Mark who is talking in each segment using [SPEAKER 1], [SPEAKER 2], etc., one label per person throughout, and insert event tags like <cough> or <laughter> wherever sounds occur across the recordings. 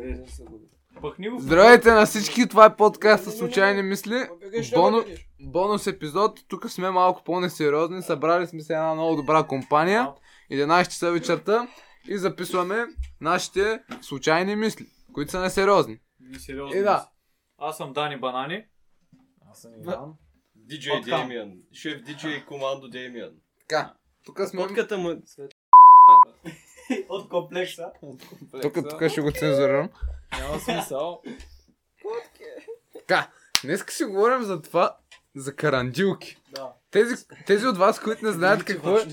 [SPEAKER 1] Къде се загуби?
[SPEAKER 2] Пъхни го.
[SPEAKER 3] Здравейте на всички, това е подкаста
[SPEAKER 1] Не, не, не,
[SPEAKER 3] Случайни
[SPEAKER 1] не.
[SPEAKER 3] мисли.
[SPEAKER 1] Ма бегай, ще
[SPEAKER 3] Боно,
[SPEAKER 1] ме видиш.
[SPEAKER 3] бонус епизод, тук сме малко по-несериозни, събрали сме се една много добра компания, 11 часа вечерта и записваме нашите случайни мисли, които са несериозни.
[SPEAKER 2] И сериозно.
[SPEAKER 3] Е, да.
[SPEAKER 2] Аз съм Дани Банани.
[SPEAKER 4] Аз съм Иван.
[SPEAKER 5] Диджей
[SPEAKER 2] Откам.
[SPEAKER 5] Деймиан. Шеф диджей Командо Деймиан.
[SPEAKER 3] Така, тук сме...
[SPEAKER 5] Отката му...
[SPEAKER 4] От комплекса.
[SPEAKER 3] Тук, е тук ще го цензурирам.
[SPEAKER 4] Няма смисъл.
[SPEAKER 3] Така, днес си говорим за това, за карандилки.
[SPEAKER 4] <laughs> Да.
[SPEAKER 3] Тези, тези от вас, които не знаят какво е...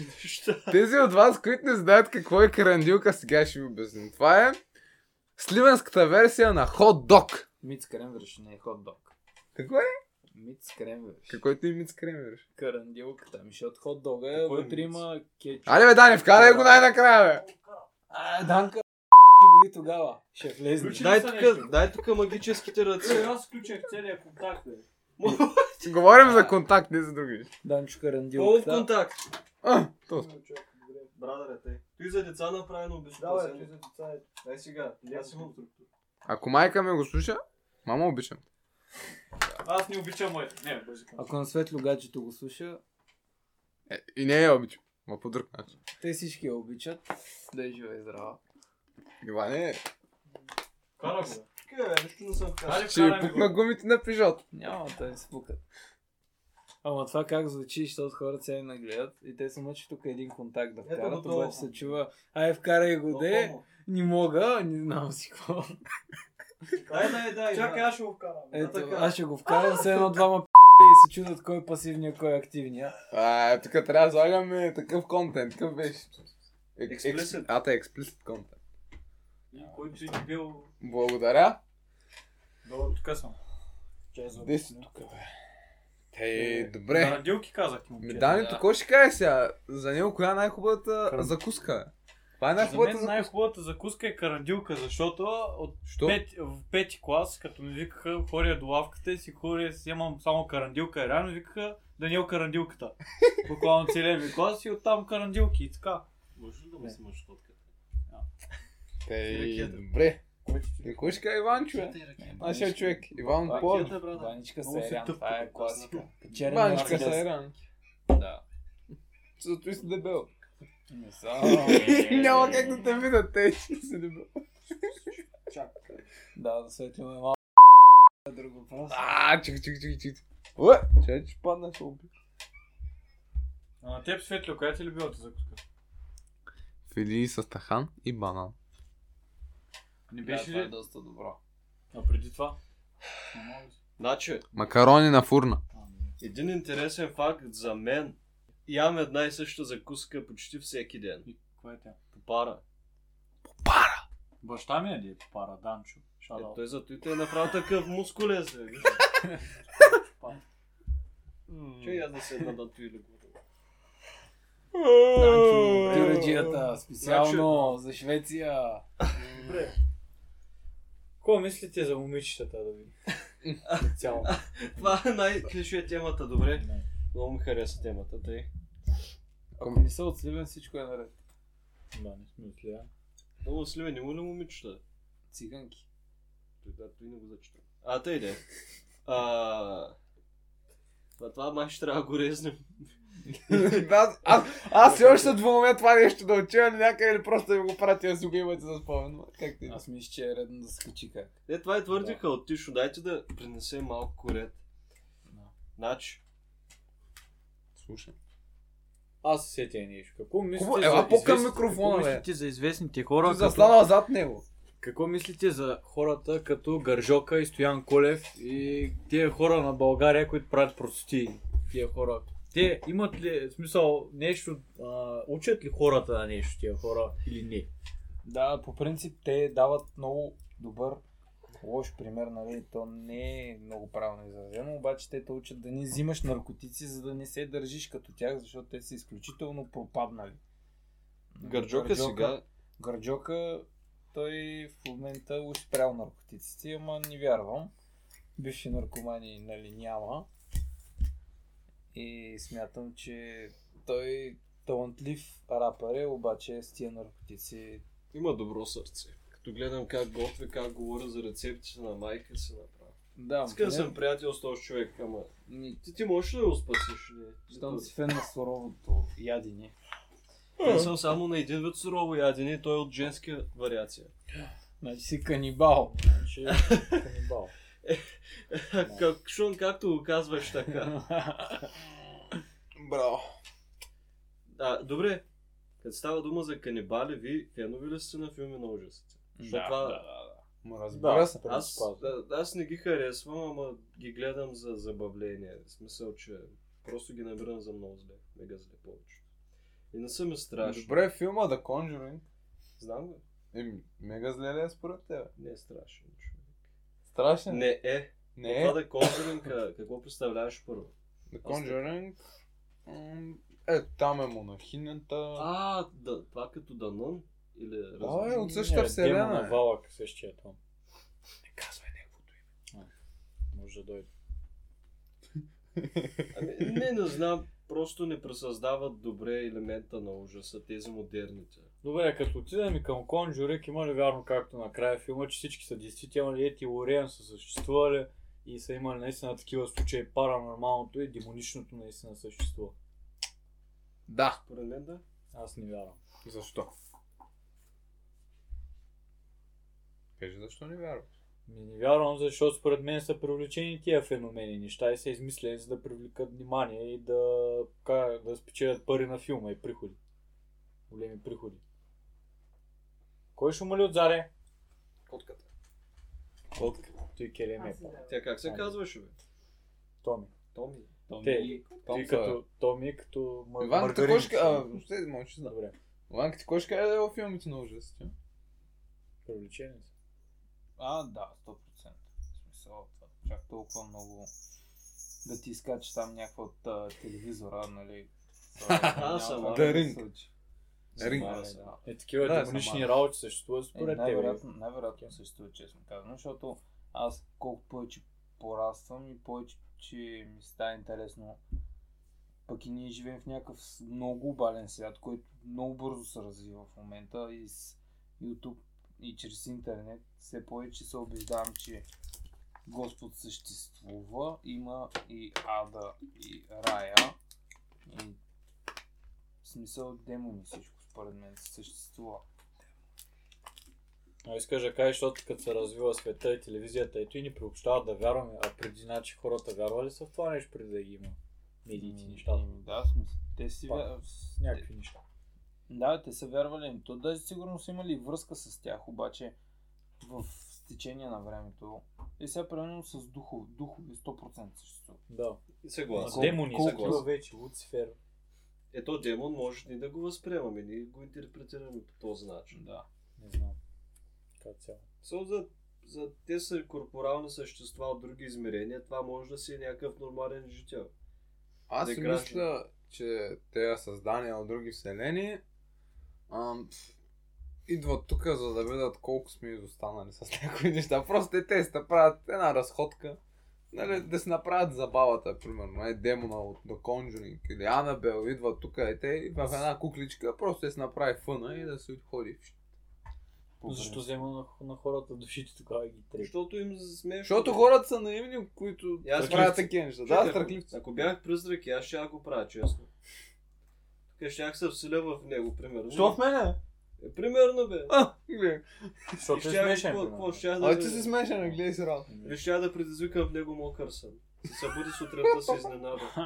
[SPEAKER 3] Тези от вас, които не знаят какво е карандилка, сега ще ви обясним. Това е сливенската версия на хот-дог.
[SPEAKER 4] Миц кремвирш, не е хот-дог.
[SPEAKER 3] Какво е?
[SPEAKER 4] Миц кремвирш.
[SPEAKER 3] Какво е ти ми скремираш?
[SPEAKER 4] Карандилката ми, защото хот-дога е,
[SPEAKER 5] Какво е
[SPEAKER 4] вътре
[SPEAKER 5] миц?
[SPEAKER 4] има кетчуп.
[SPEAKER 3] Айде бе, Дани, вкарай го най-накрая, бе!
[SPEAKER 4] А, Данка, го <laughs> и тогава. Ще влезне.
[SPEAKER 2] Включи.
[SPEAKER 5] Дай
[SPEAKER 2] Чили са нещо.
[SPEAKER 5] тук, дай тук магическите
[SPEAKER 2] Е,
[SPEAKER 5] ръце.
[SPEAKER 2] аз включих целия контакт, бе.
[SPEAKER 3] Говорим за контакт, не за други. неща.
[SPEAKER 4] Данчо
[SPEAKER 5] Много в
[SPEAKER 4] карандилката.
[SPEAKER 5] контакт.
[SPEAKER 3] А, то.
[SPEAKER 5] Брадъра, тъй. Той за деца направено
[SPEAKER 4] Да, бе,
[SPEAKER 5] обещание. Дай сега. Аз имам друг.
[SPEAKER 3] Ако майка ме го слуша, мама обичам.
[SPEAKER 2] Аз не обичам моите. Не, бързи към.
[SPEAKER 4] Ако на светло гаджето го слуша,
[SPEAKER 3] Е, и не я обичам. Ма по друг начин.
[SPEAKER 4] те всички я обичат. Да е жива и здрава.
[SPEAKER 2] Е,
[SPEAKER 3] Иване,
[SPEAKER 2] Кара го, бе.
[SPEAKER 5] Къде, бе, нищо не съм вкарал.
[SPEAKER 2] Хайде,
[SPEAKER 3] ще ви
[SPEAKER 2] вкарай ми
[SPEAKER 3] пукна
[SPEAKER 2] го.
[SPEAKER 3] гумите на пижот.
[SPEAKER 4] Няма да ни спукат. Ама това как звучи, защото хората се нагледат и те се мъчат тук един контакт да вкарат,
[SPEAKER 5] готово.
[SPEAKER 4] обаче се чува, ай вкарай го де,
[SPEAKER 5] О, о,
[SPEAKER 4] не мога, не знам си
[SPEAKER 2] Е,
[SPEAKER 4] какво.
[SPEAKER 5] Дай, дай, дай.
[SPEAKER 1] Чакай,
[SPEAKER 5] да.
[SPEAKER 1] аз ще го вкарам.
[SPEAKER 5] Е,
[SPEAKER 4] Ето,
[SPEAKER 5] така.
[SPEAKER 4] аз ще го вкарам с едно <laughs> двама п***и и се чудят кой е пасивния, кой е активния.
[SPEAKER 3] А, тук трябва да слагаме такъв контент. Какъв беше? Ек- екс-
[SPEAKER 5] Explicit.
[SPEAKER 3] А, те е експлисит контент.
[SPEAKER 2] И който и бил...
[SPEAKER 3] Благодаря.
[SPEAKER 2] Добре, тук съм.
[SPEAKER 3] Де си тук, бе?
[SPEAKER 2] Е,
[SPEAKER 3] Те, Е, добре.
[SPEAKER 2] Радилки казах ти,
[SPEAKER 3] Ми,
[SPEAKER 2] момче.
[SPEAKER 3] Дани, какво ще кажеш сега? За него коя е най-хубавата
[SPEAKER 4] Храм.
[SPEAKER 3] закуска? бе? Това е
[SPEAKER 2] За мен
[SPEAKER 3] най-хубавата закуска.
[SPEAKER 2] най-хубавата закуска е карандилка, защото от
[SPEAKER 3] Що?
[SPEAKER 2] пет, в пети клас, като ми викаха, хоря до лавката и си хоря, си имам само карандилка. И реално викаха
[SPEAKER 4] <laughs>
[SPEAKER 2] Даниел карандилката. Буквално целия ми клас и оттам карандилки и така.
[SPEAKER 5] Можеш ли да
[SPEAKER 2] Не.
[SPEAKER 5] ми снимаш фотката?
[SPEAKER 3] Те,
[SPEAKER 5] Ракета.
[SPEAKER 3] добре. И кой ще каже Иван, човек? Нашия човек, Иван
[SPEAKER 4] Баничка.
[SPEAKER 3] Плов.
[SPEAKER 5] Ракета, е брат.
[SPEAKER 4] Баничка
[SPEAKER 2] Много си
[SPEAKER 4] Сайран,
[SPEAKER 2] тъп,
[SPEAKER 4] това е
[SPEAKER 2] тъп,
[SPEAKER 4] класика.
[SPEAKER 5] тъп.
[SPEAKER 4] Черен
[SPEAKER 3] Баничка
[SPEAKER 4] Мерцедес.
[SPEAKER 3] са иран.
[SPEAKER 4] Да.
[SPEAKER 3] Зато и си дебел.
[SPEAKER 4] Не са.
[SPEAKER 3] <laughs> Няма как да те видят, те ще си дебел.
[SPEAKER 4] Да, да светлиме малко. Друг въпрос.
[SPEAKER 3] А, чик, чик, чик, чик. Уе, че ще падна, ще уби.
[SPEAKER 2] А на теб, Светлио, коя ти е любимата закуска?
[SPEAKER 3] Фили с тахан и банан.
[SPEAKER 2] Не
[SPEAKER 4] Да,
[SPEAKER 2] беше
[SPEAKER 4] това е
[SPEAKER 2] ли?
[SPEAKER 4] доста добро.
[SPEAKER 2] А преди това? Не мога да си-
[SPEAKER 5] Значи,
[SPEAKER 3] Макарони на <laughs> фурна.
[SPEAKER 5] един интересен факт за мен. Ям една и съща закуска почти всеки ден.
[SPEAKER 2] И Коя е тя?
[SPEAKER 5] По пара.
[SPEAKER 2] Баща ми е ли е пара, Данчо?
[SPEAKER 5] Е,
[SPEAKER 2] Шадал.
[SPEAKER 5] той зато и те е направил такъв мускулес. бе, виж. Чуй, я да седна да ти или
[SPEAKER 3] Значи,
[SPEAKER 4] Данчо, Тюреджията,
[SPEAKER 5] Значи-
[SPEAKER 4] специално за Швеция.
[SPEAKER 2] Какво мислите за момичетата да ви? Цяло.
[SPEAKER 5] Това е най-клише темата, добре. Много ми хареса темата, тъй.
[SPEAKER 4] Ако не са от Сливен, всичко е наред.
[SPEAKER 2] Да, не сме от Сливен.
[SPEAKER 5] Много сливе, не му ли момичета?
[SPEAKER 4] Циганки.
[SPEAKER 5] Той да, той не го зачита. А, тъй де. А... На това май ще трябва да го резнем.
[SPEAKER 3] аз, аз, аз все още двумя това нещо да отива някъде или просто да ви го пратя, аз го имате за спомен. Ма, Как ти?
[SPEAKER 4] Аз мисля, че е редно да се качи как.
[SPEAKER 5] Не, това е твърде
[SPEAKER 4] Да.
[SPEAKER 5] хаотично. Дайте да принесем малко корет.
[SPEAKER 4] Да.
[SPEAKER 5] Значи,
[SPEAKER 3] Слушай.
[SPEAKER 2] Аз се сетя нещо. Какво
[SPEAKER 3] Хубаво,
[SPEAKER 2] мислите
[SPEAKER 3] ела
[SPEAKER 2] за
[SPEAKER 3] по-към
[SPEAKER 2] известни-
[SPEAKER 3] микрофона,
[SPEAKER 2] какво
[SPEAKER 3] бе.
[SPEAKER 2] мислите за известните хора,
[SPEAKER 3] Ти
[SPEAKER 2] като...
[SPEAKER 3] застанал зад него.
[SPEAKER 2] Какво мислите за хората като Гържока и Стоян Колев и тия хора на България, които правят простоти? Тия хора. Те имат ли в смисъл нещо, а, учат ли хората на нещо тия хора или не?
[SPEAKER 4] Да, по принцип те дават много добър лош пример, нали? То не е много правилно изразено, обаче те те учат да не взимаш наркотици, за да не се държиш като тях, защото те са изключително пропаднали.
[SPEAKER 5] Гърджока сега...
[SPEAKER 4] Гърджока, той в момента уж спрял наркотиците, ама не вярвам. Бивши наркомани, нали, няма. И смятам, че той талантлив рапър е, обаче с тия наркотици
[SPEAKER 5] Има добро сърце. като гледам как готвя, как говоря за рецептите на майка си направя.
[SPEAKER 4] Да,
[SPEAKER 5] Иска да
[SPEAKER 4] не,
[SPEAKER 5] съм приятел с този човек, ама
[SPEAKER 4] ми,
[SPEAKER 5] ти, ти можеш ли да го спасиш? Не?
[SPEAKER 4] Щом си фен на суровото ядене.
[SPEAKER 5] Не съм само на един вид сурово ядене, и той е от женска вариация.
[SPEAKER 4] Значи си канибал.
[SPEAKER 2] Значи,
[SPEAKER 4] <laughs>
[SPEAKER 2] канибал.
[SPEAKER 5] <laughs> Как, Шон, както го казваш така.
[SPEAKER 3] Браво.
[SPEAKER 5] А, добре, като става дума за канибали, ви фенове ли сте на филми на ужасите? Защото това-
[SPEAKER 4] да.
[SPEAKER 3] Ма
[SPEAKER 2] Да,
[SPEAKER 3] разбира се.
[SPEAKER 5] Аз,
[SPEAKER 2] принципал.
[SPEAKER 5] да, аз не ги харесвам, ама ги гледам за забавление. В смисъл, че просто ги набирам за много зле. Мега зле повече. И не са ми страшни.
[SPEAKER 3] Добре, филма The Conjuring.
[SPEAKER 5] Знам ли?
[SPEAKER 3] Еми, мега зле ли е според тебе?
[SPEAKER 5] Не е страшен човек.
[SPEAKER 3] Страшен?
[SPEAKER 5] Не е.
[SPEAKER 3] Не е.
[SPEAKER 5] Това да Conjuring, какво представляваш първо?
[SPEAKER 3] The Conjuring. м, Е, там е монахинята.
[SPEAKER 5] А, да, това като Данон? Или
[SPEAKER 3] Да, е,
[SPEAKER 5] разбираш?
[SPEAKER 3] от същата
[SPEAKER 2] Демона
[SPEAKER 3] вселена. е.
[SPEAKER 2] Валак същия там.
[SPEAKER 3] Не казвай неговото име.
[SPEAKER 2] Може да дойде.
[SPEAKER 5] Ами, не, не знам. Просто не пресъздават добре елемента на ужаса, тези модерните.
[SPEAKER 2] Добре, като отидем и към Конжурик, има ли вярно както накрая в филма, че всички са действителни, ети Лориан са съществували и са имали наистина такива случаи, паранормалното и демоничното наистина съществува.
[SPEAKER 3] Да.
[SPEAKER 5] Според мен да.
[SPEAKER 2] Аз не вярвам.
[SPEAKER 3] Защо? Кажи защо не вярваш.
[SPEAKER 2] Ми не вярвам, защото според мен са привлечени тия феномени, неща и са измислени, за да привлекат внимание и да, ка- да спечелят пари на филма и приходи. Големи приходи. Кой ще умали отзаре?
[SPEAKER 5] Котката.
[SPEAKER 2] Котка. Той келеме.
[SPEAKER 1] Аз и да.
[SPEAKER 5] Тя как се казваше, бе?
[SPEAKER 2] Томи.
[SPEAKER 5] Ами. Томи.
[SPEAKER 2] Те,
[SPEAKER 3] Там
[SPEAKER 2] ти
[SPEAKER 3] са-
[SPEAKER 2] като Томи, като мар-
[SPEAKER 3] Иван
[SPEAKER 2] маргарин.
[SPEAKER 3] Тикошка, а, въобще мълчи да.
[SPEAKER 2] Добре,
[SPEAKER 3] Иван Тикошка е във филмите на ужасите.
[SPEAKER 2] привлечени са.
[SPEAKER 4] А, да, 100%. В смисъл, това чак толкова много да ти изкача там някаква от а, телевизора, нали?
[SPEAKER 5] Аз съм,
[SPEAKER 4] Няма това
[SPEAKER 3] The
[SPEAKER 5] а.
[SPEAKER 4] да
[SPEAKER 3] Ring.
[SPEAKER 4] се случи.
[SPEAKER 3] е Ринг.
[SPEAKER 4] Да,
[SPEAKER 5] Аз съм.
[SPEAKER 2] Е, такива
[SPEAKER 3] Да,
[SPEAKER 2] демонични
[SPEAKER 4] само-
[SPEAKER 2] работи съществуват
[SPEAKER 4] Е,
[SPEAKER 2] според теб. бе.
[SPEAKER 4] най-вероятно, най-вероятно съществува, честно казано, защото аз колко повече пораствам и повече че ми става интересно. Пък и ние живеем в някакъв с- много глобален свят, който много бързо се развива в момента и с YouTube и чрез интернет все повече се убеждавам, че Господ съществува, има и ада и рая и в смисъл демони всичко според мен съществува.
[SPEAKER 2] Но Ами искаш да кажеш, защото като се развива света и телевизията, ето и ни приобщават да вярваме, а преди значи хората вярвали са в това нещо, преди да ги има медиите,
[SPEAKER 4] М,
[SPEAKER 2] нещата.
[SPEAKER 4] м, Да, в смисъл. Те си.
[SPEAKER 2] Пак.
[SPEAKER 4] вя- с-
[SPEAKER 2] Някакви неща.
[SPEAKER 4] Да, те са вярвали. им. То даже сигурно са имали и връзка с тях, обаче в течение на времето. И сега примерно с духов, духови 100% съществуват.
[SPEAKER 2] Да.
[SPEAKER 5] Съгласен.
[SPEAKER 4] Кол-
[SPEAKER 2] Демони,
[SPEAKER 4] колко-
[SPEAKER 2] такива вече, Луцифер.
[SPEAKER 5] Ето демон може ни да го възприемаме, ние го интерпретираме по този начин.
[SPEAKER 4] Да.
[SPEAKER 2] Не знам. Така цяло.
[SPEAKER 5] Само за, за те са корпорални същества от други измерения, това може да си е някакъв нормален жител.
[SPEAKER 3] Аз
[SPEAKER 5] Да
[SPEAKER 3] си
[SPEAKER 5] играеш
[SPEAKER 3] мисля, че тези създания от други вселени ам, идват тук, за да видят колко сме изостанали с <laughs> някои неща. Просто те те си направят една разходка, нали, да си направят забавата, примерно. Е, демона от The Conjuring или Анабел идва тук, е те и в една кукличка, просто те си направи фъна и да се отходи.
[SPEAKER 4] По
[SPEAKER 2] Защо
[SPEAKER 4] принцип.
[SPEAKER 2] взема на, на хората душите тогава и ги трепи?
[SPEAKER 5] Защото им смешно.
[SPEAKER 3] Защото хората са наивни, които
[SPEAKER 5] И аз
[SPEAKER 3] правят
[SPEAKER 5] мисля-
[SPEAKER 3] такива неща.
[SPEAKER 5] Чакай,
[SPEAKER 3] Да,
[SPEAKER 5] ако,
[SPEAKER 3] страхливци.
[SPEAKER 5] ако бях призрак, и аз ще я го правя, честно. Тук ще се вселя в него, примерно.
[SPEAKER 2] мене?
[SPEAKER 5] Е, примерно, бе.
[SPEAKER 3] А, гледай.
[SPEAKER 5] И
[SPEAKER 2] Защото е
[SPEAKER 5] щях-
[SPEAKER 2] смешен.
[SPEAKER 5] какво-
[SPEAKER 2] примерно. Ами,
[SPEAKER 5] какво щях да
[SPEAKER 3] Ой, ти
[SPEAKER 5] видя?
[SPEAKER 3] си смешен, гледай си работа.
[SPEAKER 5] Бе, щях да предизвикам в него мокър сън. Се събуди сутринта
[SPEAKER 4] <laughs>
[SPEAKER 5] с изненада.
[SPEAKER 4] А,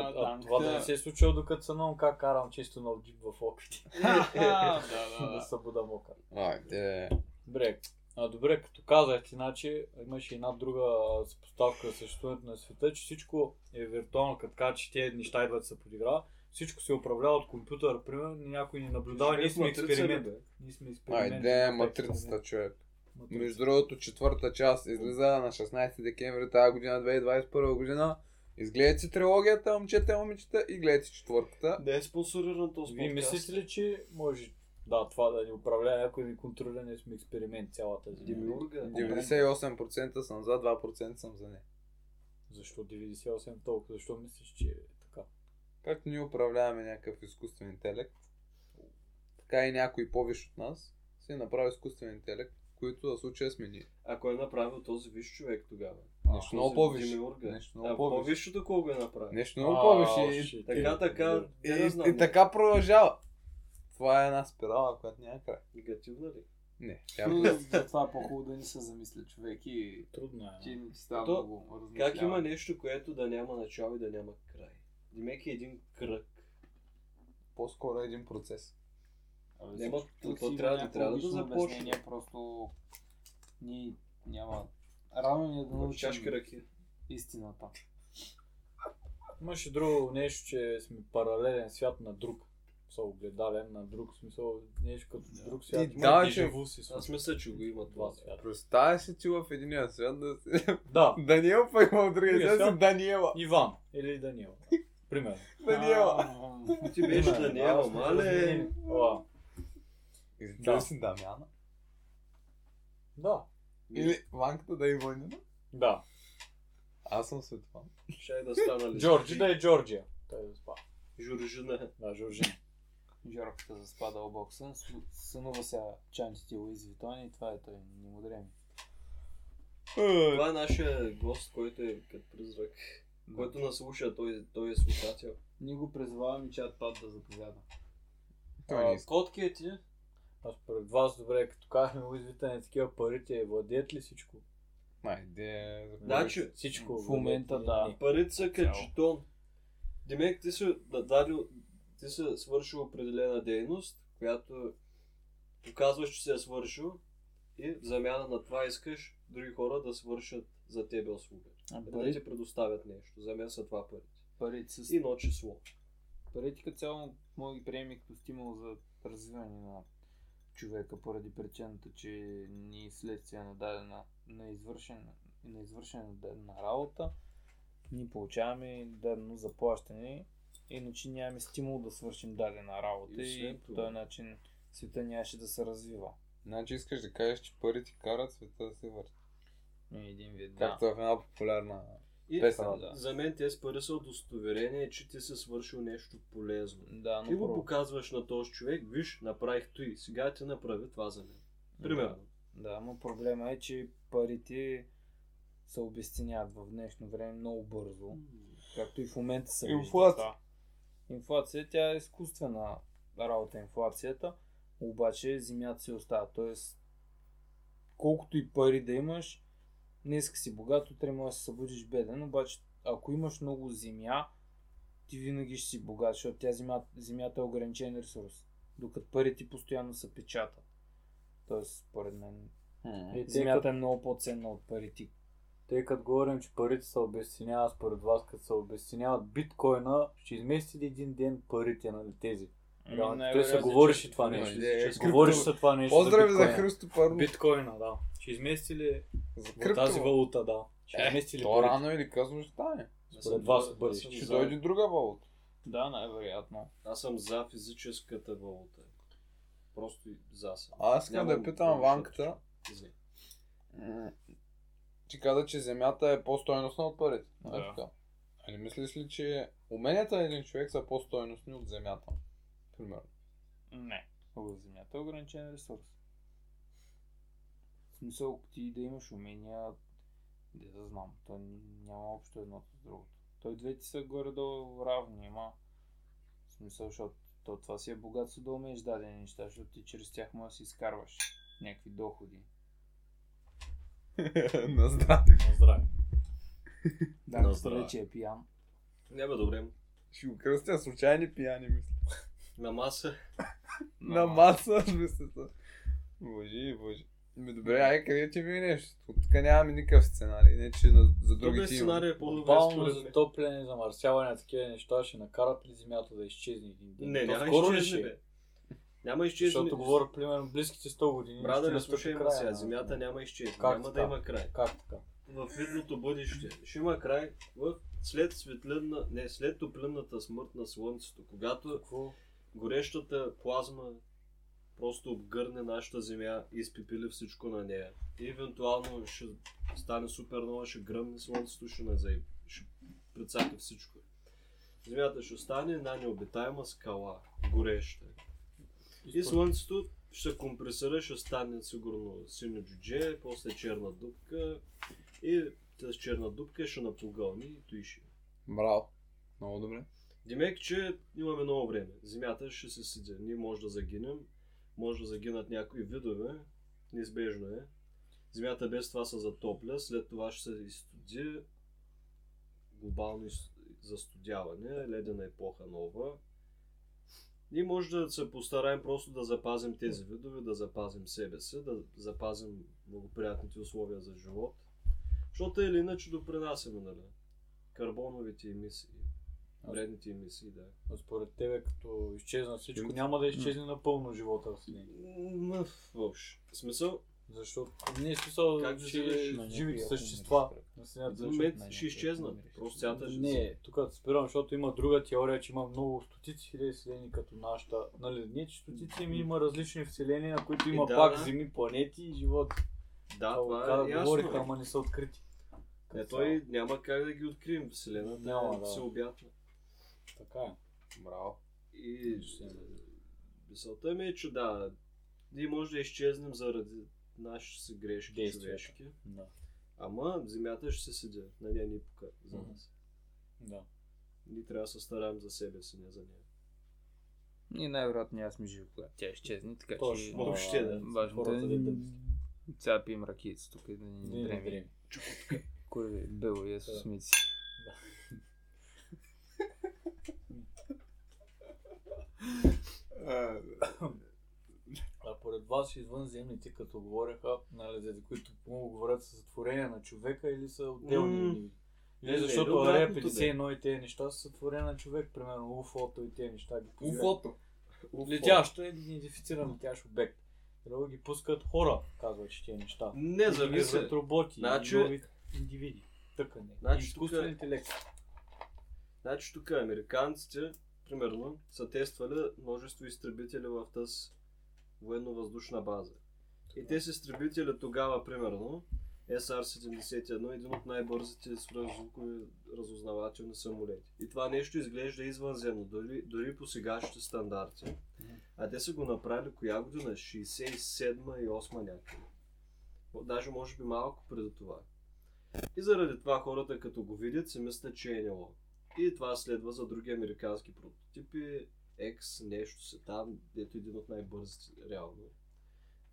[SPEAKER 2] А, а, това да не се е случило, докато съм наука, как карам чисто нов джип в окрите.
[SPEAKER 3] <laughs>
[SPEAKER 4] Да,
[SPEAKER 2] <laughs> <laughs> да
[SPEAKER 4] да,
[SPEAKER 2] събуда мока.
[SPEAKER 3] Ай, те...
[SPEAKER 2] Добре. А, добре, като казахте, значи имаше една друга съпоставка за съществуването на света, че всичко е виртуално, като кажа, че тези неща идват да се подигра. Всичко се управлява от компютър, примерно, някой ни наблюдава, ние сме
[SPEAKER 5] Матрица ли,
[SPEAKER 2] експеримент.
[SPEAKER 5] бе?
[SPEAKER 2] Ние сме експеримент.
[SPEAKER 3] Айде, е матрицата, човек.
[SPEAKER 2] Матрица.
[SPEAKER 3] Между другото, четвърта част излиза на 16 декември тази година, 2021 година. Изгледайте си трилогията, момчета и момичета, и гледайте четвъртата.
[SPEAKER 5] Не е спонсориран този
[SPEAKER 2] Вие
[SPEAKER 5] подкаст.
[SPEAKER 2] мислите ли, че може да, това да ни управлява, някой да ни контролира, ние сме експеримент цялата земя?
[SPEAKER 5] Демиурга.
[SPEAKER 3] 98% съм за, 2% съм за не.
[SPEAKER 2] Защо 98 толкова? Защо мислиш, че е така?
[SPEAKER 3] Както ние управляваме някакъв изкуствен интелект, така и някой повиш от нас, възможности е направил изкуствен интелект, които в случая сме ние.
[SPEAKER 5] Ако е направил този виш човек тогава.
[SPEAKER 3] Нещо много по-више. Нещо много
[SPEAKER 5] Много
[SPEAKER 3] по-више.
[SPEAKER 5] по-висшо до кого го е направил.
[SPEAKER 3] Нещо много
[SPEAKER 2] А,
[SPEAKER 3] по-више.
[SPEAKER 2] shit.
[SPEAKER 3] И-
[SPEAKER 5] Така, така,
[SPEAKER 3] И,
[SPEAKER 5] не да знам,
[SPEAKER 3] и, и е, така продължава. Това е една спирала, която няма край.
[SPEAKER 5] негативна ли?
[SPEAKER 3] Не,
[SPEAKER 4] Но
[SPEAKER 3] тя
[SPEAKER 4] затова е по-хубаво да ни се замисли човек и
[SPEAKER 2] Трудно е.
[SPEAKER 4] че ни става
[SPEAKER 5] То,
[SPEAKER 4] много размишлява.
[SPEAKER 5] Как има нещо, което да няма начало и да няма край? Димек е един кръг.
[SPEAKER 3] по-скоро е един процес.
[SPEAKER 4] Абе,
[SPEAKER 5] Няма,
[SPEAKER 4] всичко
[SPEAKER 5] то,
[SPEAKER 4] тук
[SPEAKER 5] то
[SPEAKER 4] си
[SPEAKER 5] трябва,
[SPEAKER 4] има
[SPEAKER 5] да,
[SPEAKER 4] някакво
[SPEAKER 5] трябва да
[SPEAKER 4] логично
[SPEAKER 5] започне.
[SPEAKER 4] обяснение, Просто ни няма... Рано ни е да
[SPEAKER 5] В
[SPEAKER 4] научим
[SPEAKER 5] чашка ръки.
[SPEAKER 4] истината.
[SPEAKER 2] Имаше друго нещо, че сме паралелен свят на друг. Смисъл, огледален на друг смисъл, нещо като друг свят.
[SPEAKER 3] И
[SPEAKER 2] Може
[SPEAKER 3] да, че-
[SPEAKER 2] дежавю си с
[SPEAKER 5] Аз мисля, че го има
[SPEAKER 2] два
[SPEAKER 5] това.
[SPEAKER 2] свята.
[SPEAKER 3] Представя си ти в единия свят да си...
[SPEAKER 2] Да,
[SPEAKER 3] Даниел пък има в
[SPEAKER 2] Другия
[SPEAKER 3] другия свят
[SPEAKER 2] свят.
[SPEAKER 3] си Даниела.
[SPEAKER 2] Иван или Даниел. Примерно.
[SPEAKER 3] Даниела.
[SPEAKER 4] А,
[SPEAKER 5] Ти беше
[SPEAKER 2] Примерно,
[SPEAKER 5] да не е,
[SPEAKER 2] аз
[SPEAKER 5] ама ле.
[SPEAKER 2] разменим. Ла.
[SPEAKER 3] Или
[SPEAKER 2] Да.
[SPEAKER 3] да. си Дамяна.
[SPEAKER 2] Да.
[SPEAKER 3] Или ванката да е Иванина.
[SPEAKER 2] Да.
[SPEAKER 3] Аз съм Светлан.
[SPEAKER 5] Ще да стана ли?
[SPEAKER 2] Джорджи да е Джорджия. Той да спа.
[SPEAKER 5] Жоржина.
[SPEAKER 2] Да, Жоржин.
[SPEAKER 4] Жорката заспада обок сън, су- сънува сега чантите Луис Витон и това е той. Не му дреми.
[SPEAKER 5] Това е нашия гост, който е като призрак. Който наслуша, той, той е слушател.
[SPEAKER 4] Ние го призваваме чат пат да заповяда.
[SPEAKER 3] Той не
[SPEAKER 2] А,
[SPEAKER 3] иска.
[SPEAKER 5] Котки е ти?
[SPEAKER 2] А според вас, добре, като казахме уизвите на такива парите, владеят ли всичко?
[SPEAKER 3] Майде,
[SPEAKER 5] Значи,
[SPEAKER 2] Всичко.
[SPEAKER 4] В
[SPEAKER 2] владеят
[SPEAKER 4] момента
[SPEAKER 2] ли?
[SPEAKER 4] да.
[SPEAKER 2] Ни.
[SPEAKER 5] парите са като
[SPEAKER 2] Цяло.
[SPEAKER 5] жетон. Демек, ти си да- дадил, ти си свършил определена дейност, която показваш, че си я свършил и в замяна на това искаш други хора да свършат за тебе услуга.
[SPEAKER 4] А
[SPEAKER 5] Да ти
[SPEAKER 4] парите,
[SPEAKER 5] предоставят нещо. За мен са това парите.
[SPEAKER 4] парите, с...
[SPEAKER 5] И едно число.
[SPEAKER 4] парите като цяло мога да ги приеме като стимул за развиване на човека поради причината, че ние следствие на дадена, на извършена, на извършена дадена работа, ние получаваме дадено заплащане, иначе нямаме стимул да свършим дадена работа
[SPEAKER 5] И
[SPEAKER 4] и,
[SPEAKER 5] освен
[SPEAKER 4] по
[SPEAKER 5] това-
[SPEAKER 4] този начин света нямаше да се развива.
[SPEAKER 3] Значи искаш да кажеш, че парите карат света да се върти.
[SPEAKER 4] Е, един вид, да.
[SPEAKER 3] Както е в една популярна
[SPEAKER 5] И
[SPEAKER 3] песен.
[SPEAKER 4] да.
[SPEAKER 5] за мен тези пари са удостоверение, че ти си свършил нещо полезно.
[SPEAKER 4] Да, но
[SPEAKER 5] Ти го
[SPEAKER 4] про-
[SPEAKER 5] показваш на този човек, виж, направих той, сега ти направи това за мен. Примерно.
[SPEAKER 4] Да, но проблема е, че парите се обесценяват в днешно време много бързо. Както и в момента се вижда
[SPEAKER 3] Инфлация.
[SPEAKER 4] това. Инфлация, тя е изкуствена работа, инфлацията, обаче земята си остава. Тоест, колкото и пари да имаш, днес си богат, утре може да се събудиш беден, обаче ако имаш много земя, ти винаги ще си богат, защото тя земята, земята е ограничен ресурс, докато парите постоянно се печатат. Тоест, според мен,
[SPEAKER 2] Е, тъй като-
[SPEAKER 4] земята е много по-ценна от парите.
[SPEAKER 2] Тъй като говорим, че парите се обесценяват, според вас, като се обесценяват биткоина, ще измести ли един ден парите на тези?
[SPEAKER 4] Ами
[SPEAKER 2] Да, той се говореше това
[SPEAKER 3] не,
[SPEAKER 2] нещо.
[SPEAKER 3] не, не,
[SPEAKER 2] Ще
[SPEAKER 3] крипто-
[SPEAKER 2] говориш за това нещо. за
[SPEAKER 3] Поздрави за
[SPEAKER 2] биткоина.
[SPEAKER 3] Христо Първо.
[SPEAKER 2] Биткоина, да. Ще измести ли
[SPEAKER 3] За
[SPEAKER 2] в тази валута, да. Ще
[SPEAKER 3] Е,
[SPEAKER 2] измести ли
[SPEAKER 3] То
[SPEAKER 2] парите?
[SPEAKER 3] рано или късно ще стане.
[SPEAKER 5] Аз
[SPEAKER 2] Според
[SPEAKER 5] съм
[SPEAKER 2] вас
[SPEAKER 5] за- аз
[SPEAKER 2] бъдеще.
[SPEAKER 5] съм
[SPEAKER 3] Ще
[SPEAKER 5] за-
[SPEAKER 3] дойде друга валута.
[SPEAKER 4] Да, най-вероятно.
[SPEAKER 5] Аз съм за физическата валута. Просто и за съм.
[SPEAKER 3] Аз искам
[SPEAKER 5] Няма
[SPEAKER 3] да питам
[SPEAKER 5] друго,
[SPEAKER 3] ванката.
[SPEAKER 5] За-
[SPEAKER 3] М, Ти каза, че земята е по-стойностна от парите. нали
[SPEAKER 4] Да.
[SPEAKER 3] така? А не мислиш ли, че уменията на един човек са по-стойностни от земята? Примерно. <laughs>
[SPEAKER 4] Не. В земята е ограничен ресурс. В смисъл, ако ти да имаш умения, де да знам, то н- няма общо едното с другото. Той двете са горе-долу равни, има в смисъл, защото то това си е богатство да умееш дадени неща, защото ти чрез тях можеш да си изкарваш някакви доходи.
[SPEAKER 3] На здраве.
[SPEAKER 2] На здраве.
[SPEAKER 4] <laughs> Да,
[SPEAKER 5] Но
[SPEAKER 4] мисля,
[SPEAKER 5] здраве.
[SPEAKER 4] че е пиян.
[SPEAKER 5] Не бе, добре.
[SPEAKER 3] Ще го кръстя случайни пияни, мисля.
[SPEAKER 5] На маса.
[SPEAKER 3] На маса, <laughs> с мислята. Божи, божи. Ми Ами добре, ай, къдете ми е нещо. От тук нямаме никакъв сценарий, не че на, за
[SPEAKER 5] Другия
[SPEAKER 3] другите има.
[SPEAKER 5] сценарий е по-добре
[SPEAKER 2] Буквално
[SPEAKER 5] според мен.
[SPEAKER 2] затопляне, замърсяване, такива неща ще накарат ли земята да изчезне един ден?
[SPEAKER 5] Не,
[SPEAKER 2] То
[SPEAKER 5] няма
[SPEAKER 2] скоро ли
[SPEAKER 5] изчезне,
[SPEAKER 2] ще е?
[SPEAKER 5] бе. Няма изчезне.
[SPEAKER 2] Защото говоря, примерно, близките 100 години. ще
[SPEAKER 5] Брада, не
[SPEAKER 2] настъпи
[SPEAKER 5] слушай ме
[SPEAKER 2] края
[SPEAKER 5] сега.
[SPEAKER 2] на-
[SPEAKER 5] Земята няма изчезне.
[SPEAKER 2] Как
[SPEAKER 5] Няма да
[SPEAKER 2] така?
[SPEAKER 5] има край.
[SPEAKER 2] Как така?
[SPEAKER 5] в видното бъдеще. Ще има край в след светлинна, не, след топлинната смърт на Слънцето, когато
[SPEAKER 2] Какво?
[SPEAKER 5] горещата плазма просто обгърне нашата земя и изпепели всичко на нея. И евентуално ще стане супернова, ще гръмне Слънцето, ще назаи, ще прецака всичко. Земята ще стане една необитаема скала, гореща. И Слънцето ще се компресира, ще стане сигурно синьо джудже, после черна дупка и с черна дупка ще напогълни и той ще.
[SPEAKER 3] Браво. Много добре.
[SPEAKER 5] Демек, че имаме много време. Земята ще се седи. Ние може да загинем, може да загинат някои видове. Неизбежно е. Земята без това се затопля, след това ще се изстуди. Глобално из- застудяване, ледена епоха нова. Ние може да се постараем просто да запазим тези видове, да запазим себе си, да запазим благоприятните условия за живот. Защото е или иначе допринасяме, нали? Карбоновите емисии. Вредните емисии, да.
[SPEAKER 2] Но Според тебе, като изчезна всичко, няма да изчезне напълно живота в Земята.
[SPEAKER 5] М, Въобще. В смисъл,
[SPEAKER 2] Защото не е смисъл,
[SPEAKER 5] Как да
[SPEAKER 2] че
[SPEAKER 5] живееш на
[SPEAKER 2] живите
[SPEAKER 4] някакви
[SPEAKER 2] същества
[SPEAKER 4] атмосфери?
[SPEAKER 2] на Земята.
[SPEAKER 5] за
[SPEAKER 2] защото-
[SPEAKER 5] момент ще изчезнат. Просто цялата ще-
[SPEAKER 2] Не, тук спирам, защото има друга теория, че има много стотици хиляди вселени като нашата. Нали, не, че стотици ми има различни вселени, на които има
[SPEAKER 5] Е, да,
[SPEAKER 2] пак
[SPEAKER 5] да.
[SPEAKER 2] земи, планети и живот.
[SPEAKER 5] Да, това
[SPEAKER 2] да
[SPEAKER 5] е ясно.
[SPEAKER 2] говориха, ама не са открити. е.
[SPEAKER 5] Не, той няма как да ги открием. Вселената
[SPEAKER 2] Няма, да.
[SPEAKER 5] е всеобятна.
[SPEAKER 2] Така е.
[SPEAKER 3] Браво.
[SPEAKER 5] И
[SPEAKER 2] Ще се нададе.
[SPEAKER 5] мисълта ми е, че да, ние може да изчезнем заради нашите си грешки,
[SPEAKER 2] Действията.
[SPEAKER 5] човешки.
[SPEAKER 2] Да.
[SPEAKER 5] Ама земята ще се седи. На нея ни пука за
[SPEAKER 2] Мгм.
[SPEAKER 5] нас.
[SPEAKER 2] да.
[SPEAKER 5] Ние трябва да се стараем за себе си, не за нея.
[SPEAKER 4] И най-вероятно аз ми живи, когато тя изчезне, така че...
[SPEAKER 2] Точно.
[SPEAKER 5] Значи, Въобще да.
[SPEAKER 4] Важно е да
[SPEAKER 2] Хората да
[SPEAKER 4] ни...
[SPEAKER 2] дъвкат.
[SPEAKER 4] Сега пием ракиец тук и да ни
[SPEAKER 2] Не, не,
[SPEAKER 4] дреме.
[SPEAKER 2] не.
[SPEAKER 4] Кой е бело и е
[SPEAKER 2] Да.
[SPEAKER 4] с мици.
[SPEAKER 3] <laughs>
[SPEAKER 2] А поред вас извънземните, като говореха, нали, за които много говорят са сътворения на човека или са отделни
[SPEAKER 5] М.
[SPEAKER 2] индивиди?
[SPEAKER 5] Не, не,
[SPEAKER 2] Или защото
[SPEAKER 5] обратното,
[SPEAKER 2] Арея
[SPEAKER 5] бе.
[SPEAKER 2] 51 и тези неща са сътворения на човек, примерно УФО-то и тези неща ги позират.
[SPEAKER 5] Уф,
[SPEAKER 2] Летящо е идентифициран летящ обект. Друго ги пускат хора, казват, че тези неща.
[SPEAKER 5] Не,
[SPEAKER 2] Или
[SPEAKER 5] зависи.
[SPEAKER 2] са роботи,
[SPEAKER 5] Значи-
[SPEAKER 2] или нови индивиди. Тъкане.
[SPEAKER 5] Значи
[SPEAKER 2] Значи, изкуствен
[SPEAKER 5] тук е-
[SPEAKER 2] интелект.
[SPEAKER 5] Значи тук американците, примерно, са тествали множество изтребители в тази военно-въздушна база. И тези изтребители тогава, примерно, SR-71 е един от най-бързите свръхзвукови разузнавателни самолети. И това нещо изглежда извънземно, дори, дори по сегашните стандарти. А те са го направили коя година? 67 и 8 някъде. Даже може би малко преди това. И заради това хората като го видят си мислят, че е нело. И това следва за други американски прототипи. X нещо си там, дето е един от най-бързите, реално.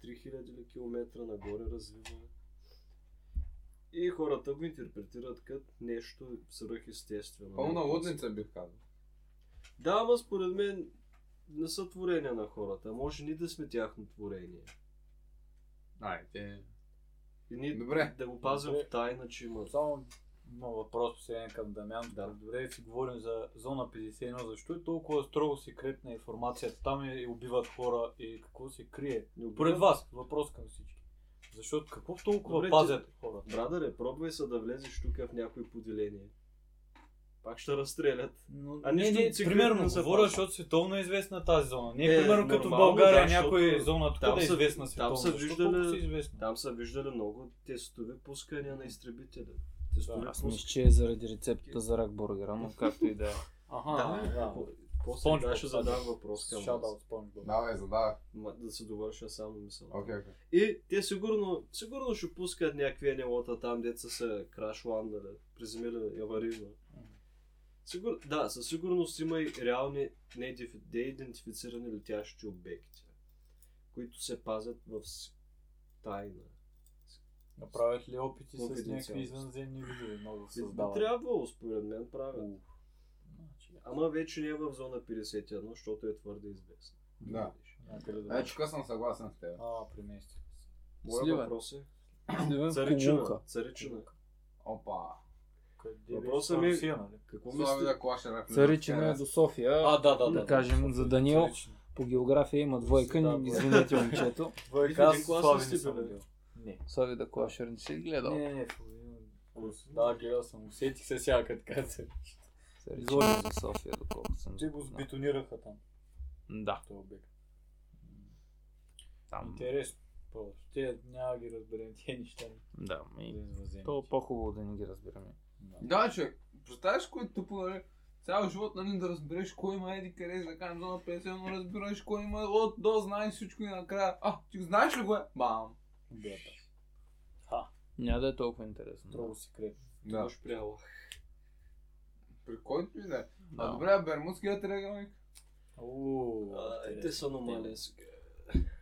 [SPEAKER 5] 3000 ли километра нагоре развива. И хората го интерпретират като нещо свръхестествено.
[SPEAKER 3] Пълна лудница бих казал.
[SPEAKER 5] Да, ама според мен не са творения на хората. Може ни да сме тяхно творение.
[SPEAKER 3] Ай, те...
[SPEAKER 5] И ние
[SPEAKER 3] Добре.
[SPEAKER 5] да го пазим
[SPEAKER 2] Добре.
[SPEAKER 5] в тайна, че има.
[SPEAKER 2] Само има въпрос последен към Дамян.
[SPEAKER 5] Да.
[SPEAKER 2] Да. Добре, си говорим за зона 51. Защо е толкова строго секретна информацията? Там е, и убиват хора и какво се крие?
[SPEAKER 5] Не убива.
[SPEAKER 2] Поред вас, въпрос към всички. Защото какво толкова
[SPEAKER 5] Добре,
[SPEAKER 2] Добре, пазят хората?
[SPEAKER 5] Брадъре, пробвай се да влезеш тук в някое поделение. Пак ще разстрелят.
[SPEAKER 2] Но,
[SPEAKER 5] А
[SPEAKER 2] а
[SPEAKER 5] нищо
[SPEAKER 2] не, не,
[SPEAKER 5] секретно не
[SPEAKER 2] примерно,
[SPEAKER 5] се
[SPEAKER 2] говоря,
[SPEAKER 5] пази.
[SPEAKER 2] защото световно е известна тази зона. Не,
[SPEAKER 5] Е,
[SPEAKER 2] е, примерно като
[SPEAKER 5] нормално,
[SPEAKER 2] България
[SPEAKER 5] да,
[SPEAKER 2] някоя
[SPEAKER 5] защото
[SPEAKER 2] е зона тук
[SPEAKER 5] там
[SPEAKER 2] да е
[SPEAKER 5] са-
[SPEAKER 2] известна
[SPEAKER 5] там
[SPEAKER 2] световно.
[SPEAKER 5] са
[SPEAKER 2] Защо
[SPEAKER 5] виждали-
[SPEAKER 2] толкова си известна?
[SPEAKER 5] Там са виждали много тестови пускания на изтребителя. Тестови
[SPEAKER 4] Аз мисля,
[SPEAKER 5] пускания.
[SPEAKER 4] че е заради рецептата за рак бургера, но както и да е.
[SPEAKER 2] Аха,
[SPEAKER 5] Да,
[SPEAKER 2] да.
[SPEAKER 5] да. После
[SPEAKER 2] Спонж
[SPEAKER 5] да ще
[SPEAKER 2] Боб, да.
[SPEAKER 5] задам въпрос към вас.
[SPEAKER 2] Шадаут, спомни.
[SPEAKER 3] Давай, задавай.
[SPEAKER 5] Ма, Да се довърша само мисъл.
[SPEAKER 3] Окей, окей.
[SPEAKER 5] И те сигурно, сигурно ще пускат някакви енелота там, деца са крашландали, приземили аварийно. Сигур... Да, със сигурност има и реални неидифи- неидентифицирани летящи обекти, които се пазят в с- тайна.
[SPEAKER 2] Направят ли опити с
[SPEAKER 5] Конфиденциалност.
[SPEAKER 2] някакви извънземни видове? Много
[SPEAKER 5] Би би
[SPEAKER 2] създават.
[SPEAKER 5] трябвало, според мен, правят.
[SPEAKER 2] Уф. Значи,
[SPEAKER 5] Ама вече не е в зона 51, защото е твърде известно.
[SPEAKER 3] Да.
[SPEAKER 2] Някъде да.
[SPEAKER 5] Значи-
[SPEAKER 3] Е, тук съм съгласен с теб.
[SPEAKER 2] А, премести.
[SPEAKER 5] Моят
[SPEAKER 4] Сливен.
[SPEAKER 5] въпрос е...
[SPEAKER 4] Сливен
[SPEAKER 5] Царичина.
[SPEAKER 4] Кулука.
[SPEAKER 5] Царичина.
[SPEAKER 3] Опа.
[SPEAKER 2] Къде
[SPEAKER 5] Въпросът
[SPEAKER 2] беше?
[SPEAKER 5] ми е-
[SPEAKER 2] Русия, нали?
[SPEAKER 5] Какво
[SPEAKER 3] Слава
[SPEAKER 5] мислите?
[SPEAKER 3] да клаша рак.
[SPEAKER 4] Царичина е до София.
[SPEAKER 2] А, да, да, да.
[SPEAKER 4] Да кажем, за Даниел.
[SPEAKER 2] Царичина.
[SPEAKER 4] По география има двойка,
[SPEAKER 2] Да,
[SPEAKER 4] ни- извинете момчето.
[SPEAKER 2] Двойка,
[SPEAKER 5] Един
[SPEAKER 2] аз
[SPEAKER 5] клас
[SPEAKER 2] е Слави
[SPEAKER 5] ли
[SPEAKER 2] не
[SPEAKER 5] сте
[SPEAKER 2] съм
[SPEAKER 5] били?
[SPEAKER 2] бил. Не.
[SPEAKER 4] <laughs> Слави да Клашер не си гледал.
[SPEAKER 2] Не, не, не. в един курс. Да, гледал съм. Усетих се сега, като каза.
[SPEAKER 4] Царичина за София, доколкото съм.
[SPEAKER 2] Те го
[SPEAKER 4] запознат.
[SPEAKER 2] сбетонираха там,
[SPEAKER 4] Да,
[SPEAKER 2] този обект.
[SPEAKER 4] там.
[SPEAKER 2] Интересно. Просто. Те няма да ги разберем тия неща.
[SPEAKER 4] Да, и
[SPEAKER 2] извънземни.
[SPEAKER 4] то е по-хубаво да не ги разбираме.
[SPEAKER 2] е. Да.
[SPEAKER 3] Да, човек. Представяш кой е тъпо, нали? Цял живот, нали, да разбереш кой има еди къде, за да кажем зона 50, но разбираш кой има от до, знаеш всичко и накрая. А, ти го знаеш ли го е? Бам!
[SPEAKER 6] Бета.
[SPEAKER 4] Няма да е толкова интересно.
[SPEAKER 6] Строго секретно.
[SPEAKER 3] Да.
[SPEAKER 5] Имаш пряло.
[SPEAKER 3] При който и да е. А
[SPEAKER 4] Да.
[SPEAKER 3] добре, а бермудския е триъгълник?
[SPEAKER 5] А, Те са аномалия сега.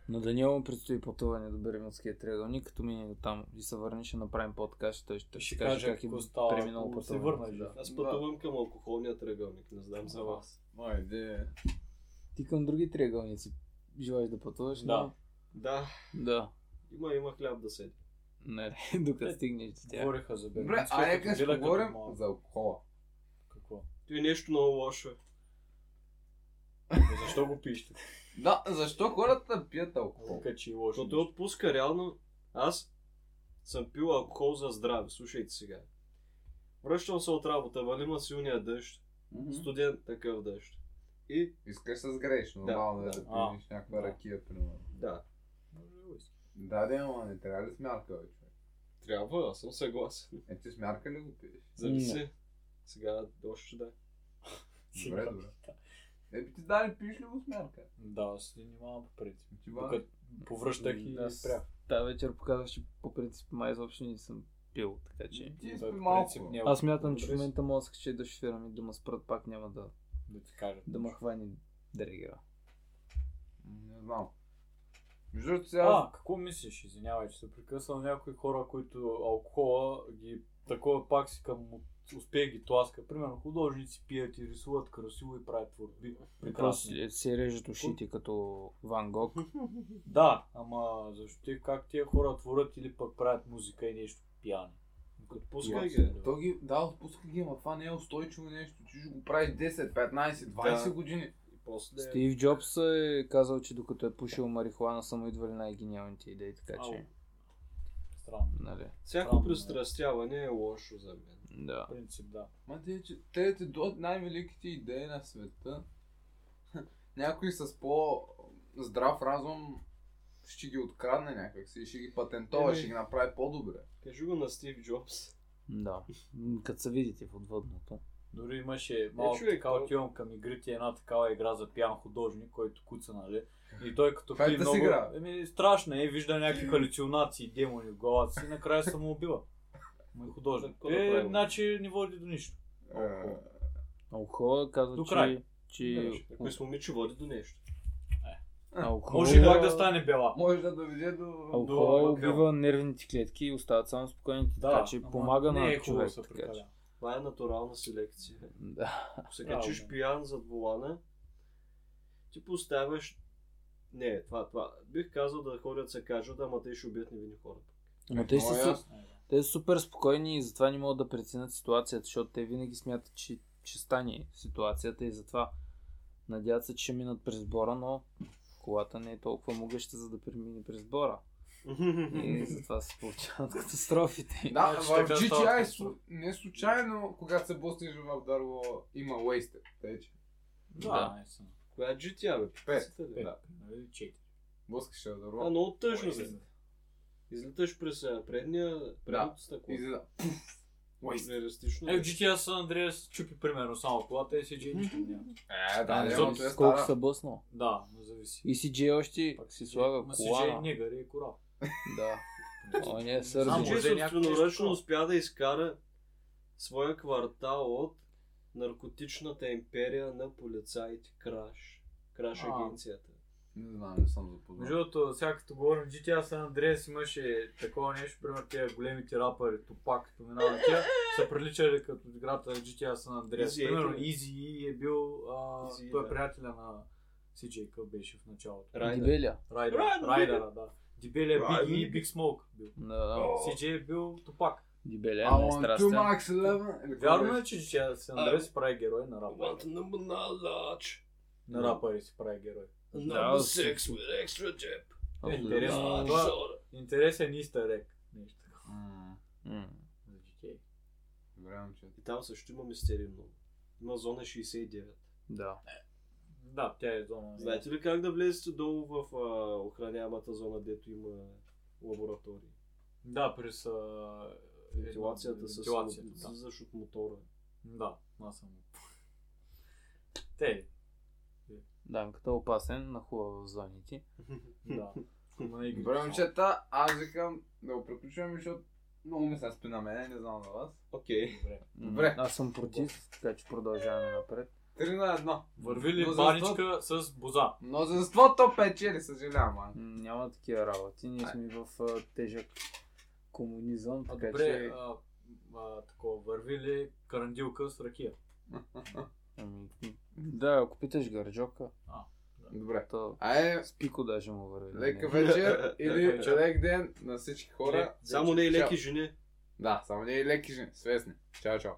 [SPEAKER 4] На Даниел му предстои пътуване до Бермудския триъгълник, като мине до там и се върне, ще направим подкаст, той ще, ще каже как е
[SPEAKER 2] какво става,
[SPEAKER 4] преминал
[SPEAKER 2] ако се
[SPEAKER 4] пътуването.
[SPEAKER 2] върнеш, да.
[SPEAKER 5] Аз
[SPEAKER 3] Да.
[SPEAKER 5] пътувам към алкохолния тръгълник, не знам за вас.
[SPEAKER 3] Моя идея.
[SPEAKER 4] Ти към други триъгълници желаеш да пътуваш?
[SPEAKER 2] Да.
[SPEAKER 4] но-
[SPEAKER 5] Да,
[SPEAKER 4] Да.
[SPEAKER 5] има, има хляб да седи.
[SPEAKER 4] Не, <laughs> докато
[SPEAKER 2] Е,
[SPEAKER 4] стигнеш до тях.
[SPEAKER 2] Говориха за
[SPEAKER 3] Добре,
[SPEAKER 2] Бермудския
[SPEAKER 3] а нека ще
[SPEAKER 2] крокодил, като
[SPEAKER 3] говорим
[SPEAKER 2] малък.
[SPEAKER 3] за алкохола.
[SPEAKER 2] Какво?
[SPEAKER 5] То е нещо много лошо.
[SPEAKER 2] Защо го пишете?
[SPEAKER 3] Да, защо хората пият алкохол?
[SPEAKER 2] Тук, че е лошо.
[SPEAKER 5] Защото отпуска реално. Аз съм пил алкохол за здраве. Слушайте сега. Връщам се от работа, валима силния дъжд. Студен такъв дъжд. И
[SPEAKER 3] Искаш да сгрееш, нормално е да,
[SPEAKER 5] да.
[SPEAKER 3] пиеш някаква
[SPEAKER 2] да.
[SPEAKER 3] ракия, примерно.
[SPEAKER 5] да,
[SPEAKER 3] Да, да, ама не трябва ли смярка, бе, човек?
[SPEAKER 5] трябва, аз съм съгласен.
[SPEAKER 3] Е, ти смярка ли го пиеш?
[SPEAKER 5] Зависи. Сега още да. е.
[SPEAKER 3] Добре, добре. Е, би ти дали пиеш ли го смярка?
[SPEAKER 2] Да, се занимавам по принцип.
[SPEAKER 3] Ти ба?
[SPEAKER 2] Тук повръщах и
[SPEAKER 4] Аз
[SPEAKER 2] спрях.
[SPEAKER 4] Та вечер показваш, че по принцип май изобщо не съм пил, така че...
[SPEAKER 3] Ти
[SPEAKER 2] Да,
[SPEAKER 3] спи
[SPEAKER 2] по
[SPEAKER 3] малко.
[SPEAKER 2] принцип няма.
[SPEAKER 4] Аз мятам, че в
[SPEAKER 2] Е, Добре си.
[SPEAKER 4] момента мога да се кача и да шофирам и да ме спрат, пак няма да,
[SPEAKER 2] Да ти кажа.
[SPEAKER 4] да ме хвани дрегера.
[SPEAKER 3] Не знам. Между другото сега...
[SPEAKER 2] А, какво мислиш? Извинявай, че се прекъсвам някои хора, които алкохола ги такова пак си към от- успех ги тласка. Примерно художници пият и рисуват красиво и правят творби.
[SPEAKER 4] Просто
[SPEAKER 2] Прекрасно.
[SPEAKER 4] е, се режат ушите като Ван
[SPEAKER 2] <laughs>
[SPEAKER 4] Гог.
[SPEAKER 2] Да, ама защо те, как тия хора творят или пък правят музика и нещо пияни? Като
[SPEAKER 5] Пускай
[SPEAKER 2] пускай
[SPEAKER 5] ги.
[SPEAKER 3] То ги, да, отпуска ги, ама това не е устойчиво нещо. Ти ще го правиш 10, 15, 20
[SPEAKER 5] Да.
[SPEAKER 3] години.
[SPEAKER 5] И после.
[SPEAKER 4] Стив Джобс е казал, че докато е пушил марихуана са му идвали най-гениалните идеи, така че...
[SPEAKER 2] Странно.
[SPEAKER 4] Нали,
[SPEAKER 5] Всяко
[SPEAKER 2] Странно,
[SPEAKER 5] пристрастяване е лошо за мен.
[SPEAKER 4] да.
[SPEAKER 2] В принцип, да.
[SPEAKER 3] Ма те, че те ти дадат най-великите идеи на света. <laughs> Някой с по-здрав разум ще ги открадне някакси и ще ги патентова,
[SPEAKER 5] Еми.
[SPEAKER 3] ще ги направи по-добре.
[SPEAKER 5] Кажи го на Стив Джобс.
[SPEAKER 4] Да.
[SPEAKER 2] <laughs>
[SPEAKER 4] М, Като се видите в отвъдното.
[SPEAKER 2] Дори имаше малко
[SPEAKER 5] човек,
[SPEAKER 2] така,
[SPEAKER 5] то-
[SPEAKER 2] отивам към игрите, една такава игра за пиян художник, който куца, нали? И той като
[SPEAKER 3] Как
[SPEAKER 2] пие
[SPEAKER 3] да се
[SPEAKER 2] много...
[SPEAKER 3] игра?
[SPEAKER 2] Еми, страшна е, вижда някакви халюцинации, демони в главата си, накрая се му убива. Мой художник.
[SPEAKER 5] Какво да
[SPEAKER 2] Е,
[SPEAKER 5] правим?
[SPEAKER 2] значи не води до нищо.
[SPEAKER 3] Е,
[SPEAKER 4] Алкохола казва,
[SPEAKER 2] До
[SPEAKER 4] че...
[SPEAKER 2] край.
[SPEAKER 4] че...
[SPEAKER 5] Ако с момиче води до нещо.
[SPEAKER 4] Алкохола...
[SPEAKER 2] Може и пак да стане бела.
[SPEAKER 3] Може да доведе до...
[SPEAKER 4] Алкохол
[SPEAKER 2] До-
[SPEAKER 4] убива нервните клетки и остават само спокойните, да, така че
[SPEAKER 2] ама
[SPEAKER 4] помага
[SPEAKER 2] не
[SPEAKER 4] на
[SPEAKER 2] е хубаво
[SPEAKER 4] човек.
[SPEAKER 2] да се
[SPEAKER 4] така, че.
[SPEAKER 2] прекаля.
[SPEAKER 5] Това е натурална селекция.
[SPEAKER 4] Да.
[SPEAKER 5] Ако се
[SPEAKER 2] Правилно.
[SPEAKER 5] качиш пиян зад волана, ти поставяш... Не, това, това. Бих казал да ходят се кажат, ама те ще убият невинни хора.
[SPEAKER 4] Но те,
[SPEAKER 3] Много
[SPEAKER 4] са,
[SPEAKER 3] ясно.
[SPEAKER 4] су- те са супер спокойни и затова не могат да преценят ситуацията, защото те винаги смятат, че ще стане ситуацията и затова надяват се, че ще минат през бора, но колата не е толкова могъща, за да премине през бора. И затова се получават <laughs> катастрофите.
[SPEAKER 3] Да,
[SPEAKER 2] Значи
[SPEAKER 3] в
[SPEAKER 2] така
[SPEAKER 3] GTI
[SPEAKER 2] става
[SPEAKER 3] су... не е случайно, когато се бустиш в дърво, има wasted. Тъй, че
[SPEAKER 2] Да, наистина.
[SPEAKER 5] Коя е GTA, бе?
[SPEAKER 3] Пет.
[SPEAKER 5] Питате ли?
[SPEAKER 3] Да.
[SPEAKER 2] Нали, четири.
[SPEAKER 3] блъскаш в
[SPEAKER 5] Това е
[SPEAKER 3] дърво.
[SPEAKER 5] много тъжно. бе. Излиташ през а, предния, предното стъкло.
[SPEAKER 3] И за... пф, Wasted.
[SPEAKER 5] Реалистично.
[SPEAKER 2] Е, в GTA San Andreas чупи примерно само колата и си джей нищо няма.
[SPEAKER 3] Е, да, да,
[SPEAKER 4] защото
[SPEAKER 3] но той е
[SPEAKER 4] колко
[SPEAKER 3] стара.
[SPEAKER 4] са бъснал.
[SPEAKER 2] Да, но зависи.
[SPEAKER 4] И си джей още си слага
[SPEAKER 2] Ма си джей
[SPEAKER 4] кола.
[SPEAKER 2] негър и е корал.
[SPEAKER 4] Да. О, не,
[SPEAKER 2] Само,
[SPEAKER 4] сърди.
[SPEAKER 5] Че
[SPEAKER 2] може някакво нещо
[SPEAKER 5] собственоръчно
[SPEAKER 2] такова.
[SPEAKER 5] успя да изкара своя квартал от наркотичната империя на полицаите Краш. Краш
[SPEAKER 2] А.
[SPEAKER 5] агенцията.
[SPEAKER 3] Не знам, не съм запознат.
[SPEAKER 2] Между другото, сега като говорим GTA San Andreas имаше такова нещо, примерно тези големите рапъри, Тупак, като минава тя, са приличали като играта на GTA San Andreas.
[SPEAKER 5] Easy E,
[SPEAKER 2] примерно
[SPEAKER 5] да.
[SPEAKER 2] Easy E е бил, а,
[SPEAKER 5] Easy E,
[SPEAKER 2] той е
[SPEAKER 5] да.
[SPEAKER 2] приятеля на CJ Къл беше в началото.
[SPEAKER 5] Райдер.
[SPEAKER 4] Дебеля.
[SPEAKER 2] Райдер,
[SPEAKER 5] Райдер.
[SPEAKER 2] Райдера, да. Дебелия Big E
[SPEAKER 3] Райдер.
[SPEAKER 2] и Big Smoke бил.
[SPEAKER 4] Да, да.
[SPEAKER 2] CJ е бил Тупак.
[SPEAKER 4] Дебеля,
[SPEAKER 3] I
[SPEAKER 4] не е
[SPEAKER 3] want two
[SPEAKER 4] страстен.
[SPEAKER 3] max 11. Или какво
[SPEAKER 2] Вярно
[SPEAKER 3] беше?
[SPEAKER 2] е, че GTA San Andreas прави герой на рапъри.
[SPEAKER 5] Want number knowledge,
[SPEAKER 2] На рапъри си прави герой.
[SPEAKER 5] number
[SPEAKER 4] си.
[SPEAKER 5] six with extra jab.
[SPEAKER 2] Е,
[SPEAKER 4] Абсолютно.
[SPEAKER 2] интересно.
[SPEAKER 5] Large
[SPEAKER 2] Това
[SPEAKER 5] soda.
[SPEAKER 2] е интересен истерек. Нещо такова.
[SPEAKER 3] М, е
[SPEAKER 4] М.
[SPEAKER 2] За GTA.
[SPEAKER 3] Добре, момчета.
[SPEAKER 5] И там също има мистерии много. Има зона 69.
[SPEAKER 4] Да.
[SPEAKER 2] Да, тя е зона.
[SPEAKER 5] Знаете ли как да влезете долу в а, охраняемата зона, дето има лаборатории?
[SPEAKER 2] Да, през а, е,
[SPEAKER 5] Вентилацията с
[SPEAKER 2] вентилацията, да.
[SPEAKER 5] излизаш от мотора.
[SPEAKER 2] Да, аз съм. Те.
[SPEAKER 4] Данката е опасен, нахува в зоните.
[SPEAKER 2] Да. Ама и ги-
[SPEAKER 3] Добре, момчета, е аз викам да го приключваме, защото много ми се спи на мене, не знам за вас.
[SPEAKER 5] Окей.
[SPEAKER 2] Добре.
[SPEAKER 3] Добре.
[SPEAKER 4] Аз съм против, така че продължаваме напред.
[SPEAKER 3] Три на едно.
[SPEAKER 2] Върви ли
[SPEAKER 3] Но за
[SPEAKER 2] баничка с боза?
[SPEAKER 3] Мнозинството печели, съжалявам, ман.
[SPEAKER 4] М, Няма такива работи. Ние сме в а, тежък комунизъм,
[SPEAKER 2] А,
[SPEAKER 4] така
[SPEAKER 2] добре,
[SPEAKER 4] че...
[SPEAKER 2] а, а, такова, върви ли карандилка с ракия?
[SPEAKER 4] Ами, да, ако питаш Гарджока,
[SPEAKER 3] Добре.
[SPEAKER 4] то
[SPEAKER 3] Айде,
[SPEAKER 4] с пико даже му върви.
[SPEAKER 3] лека вечер или
[SPEAKER 5] <laughs>
[SPEAKER 2] вечер.
[SPEAKER 3] лек ден на всички хора.
[SPEAKER 5] Е, Само не и
[SPEAKER 3] Чао.
[SPEAKER 5] леки жени.
[SPEAKER 3] Да, само не и леки жени, свестни. Чао, чао.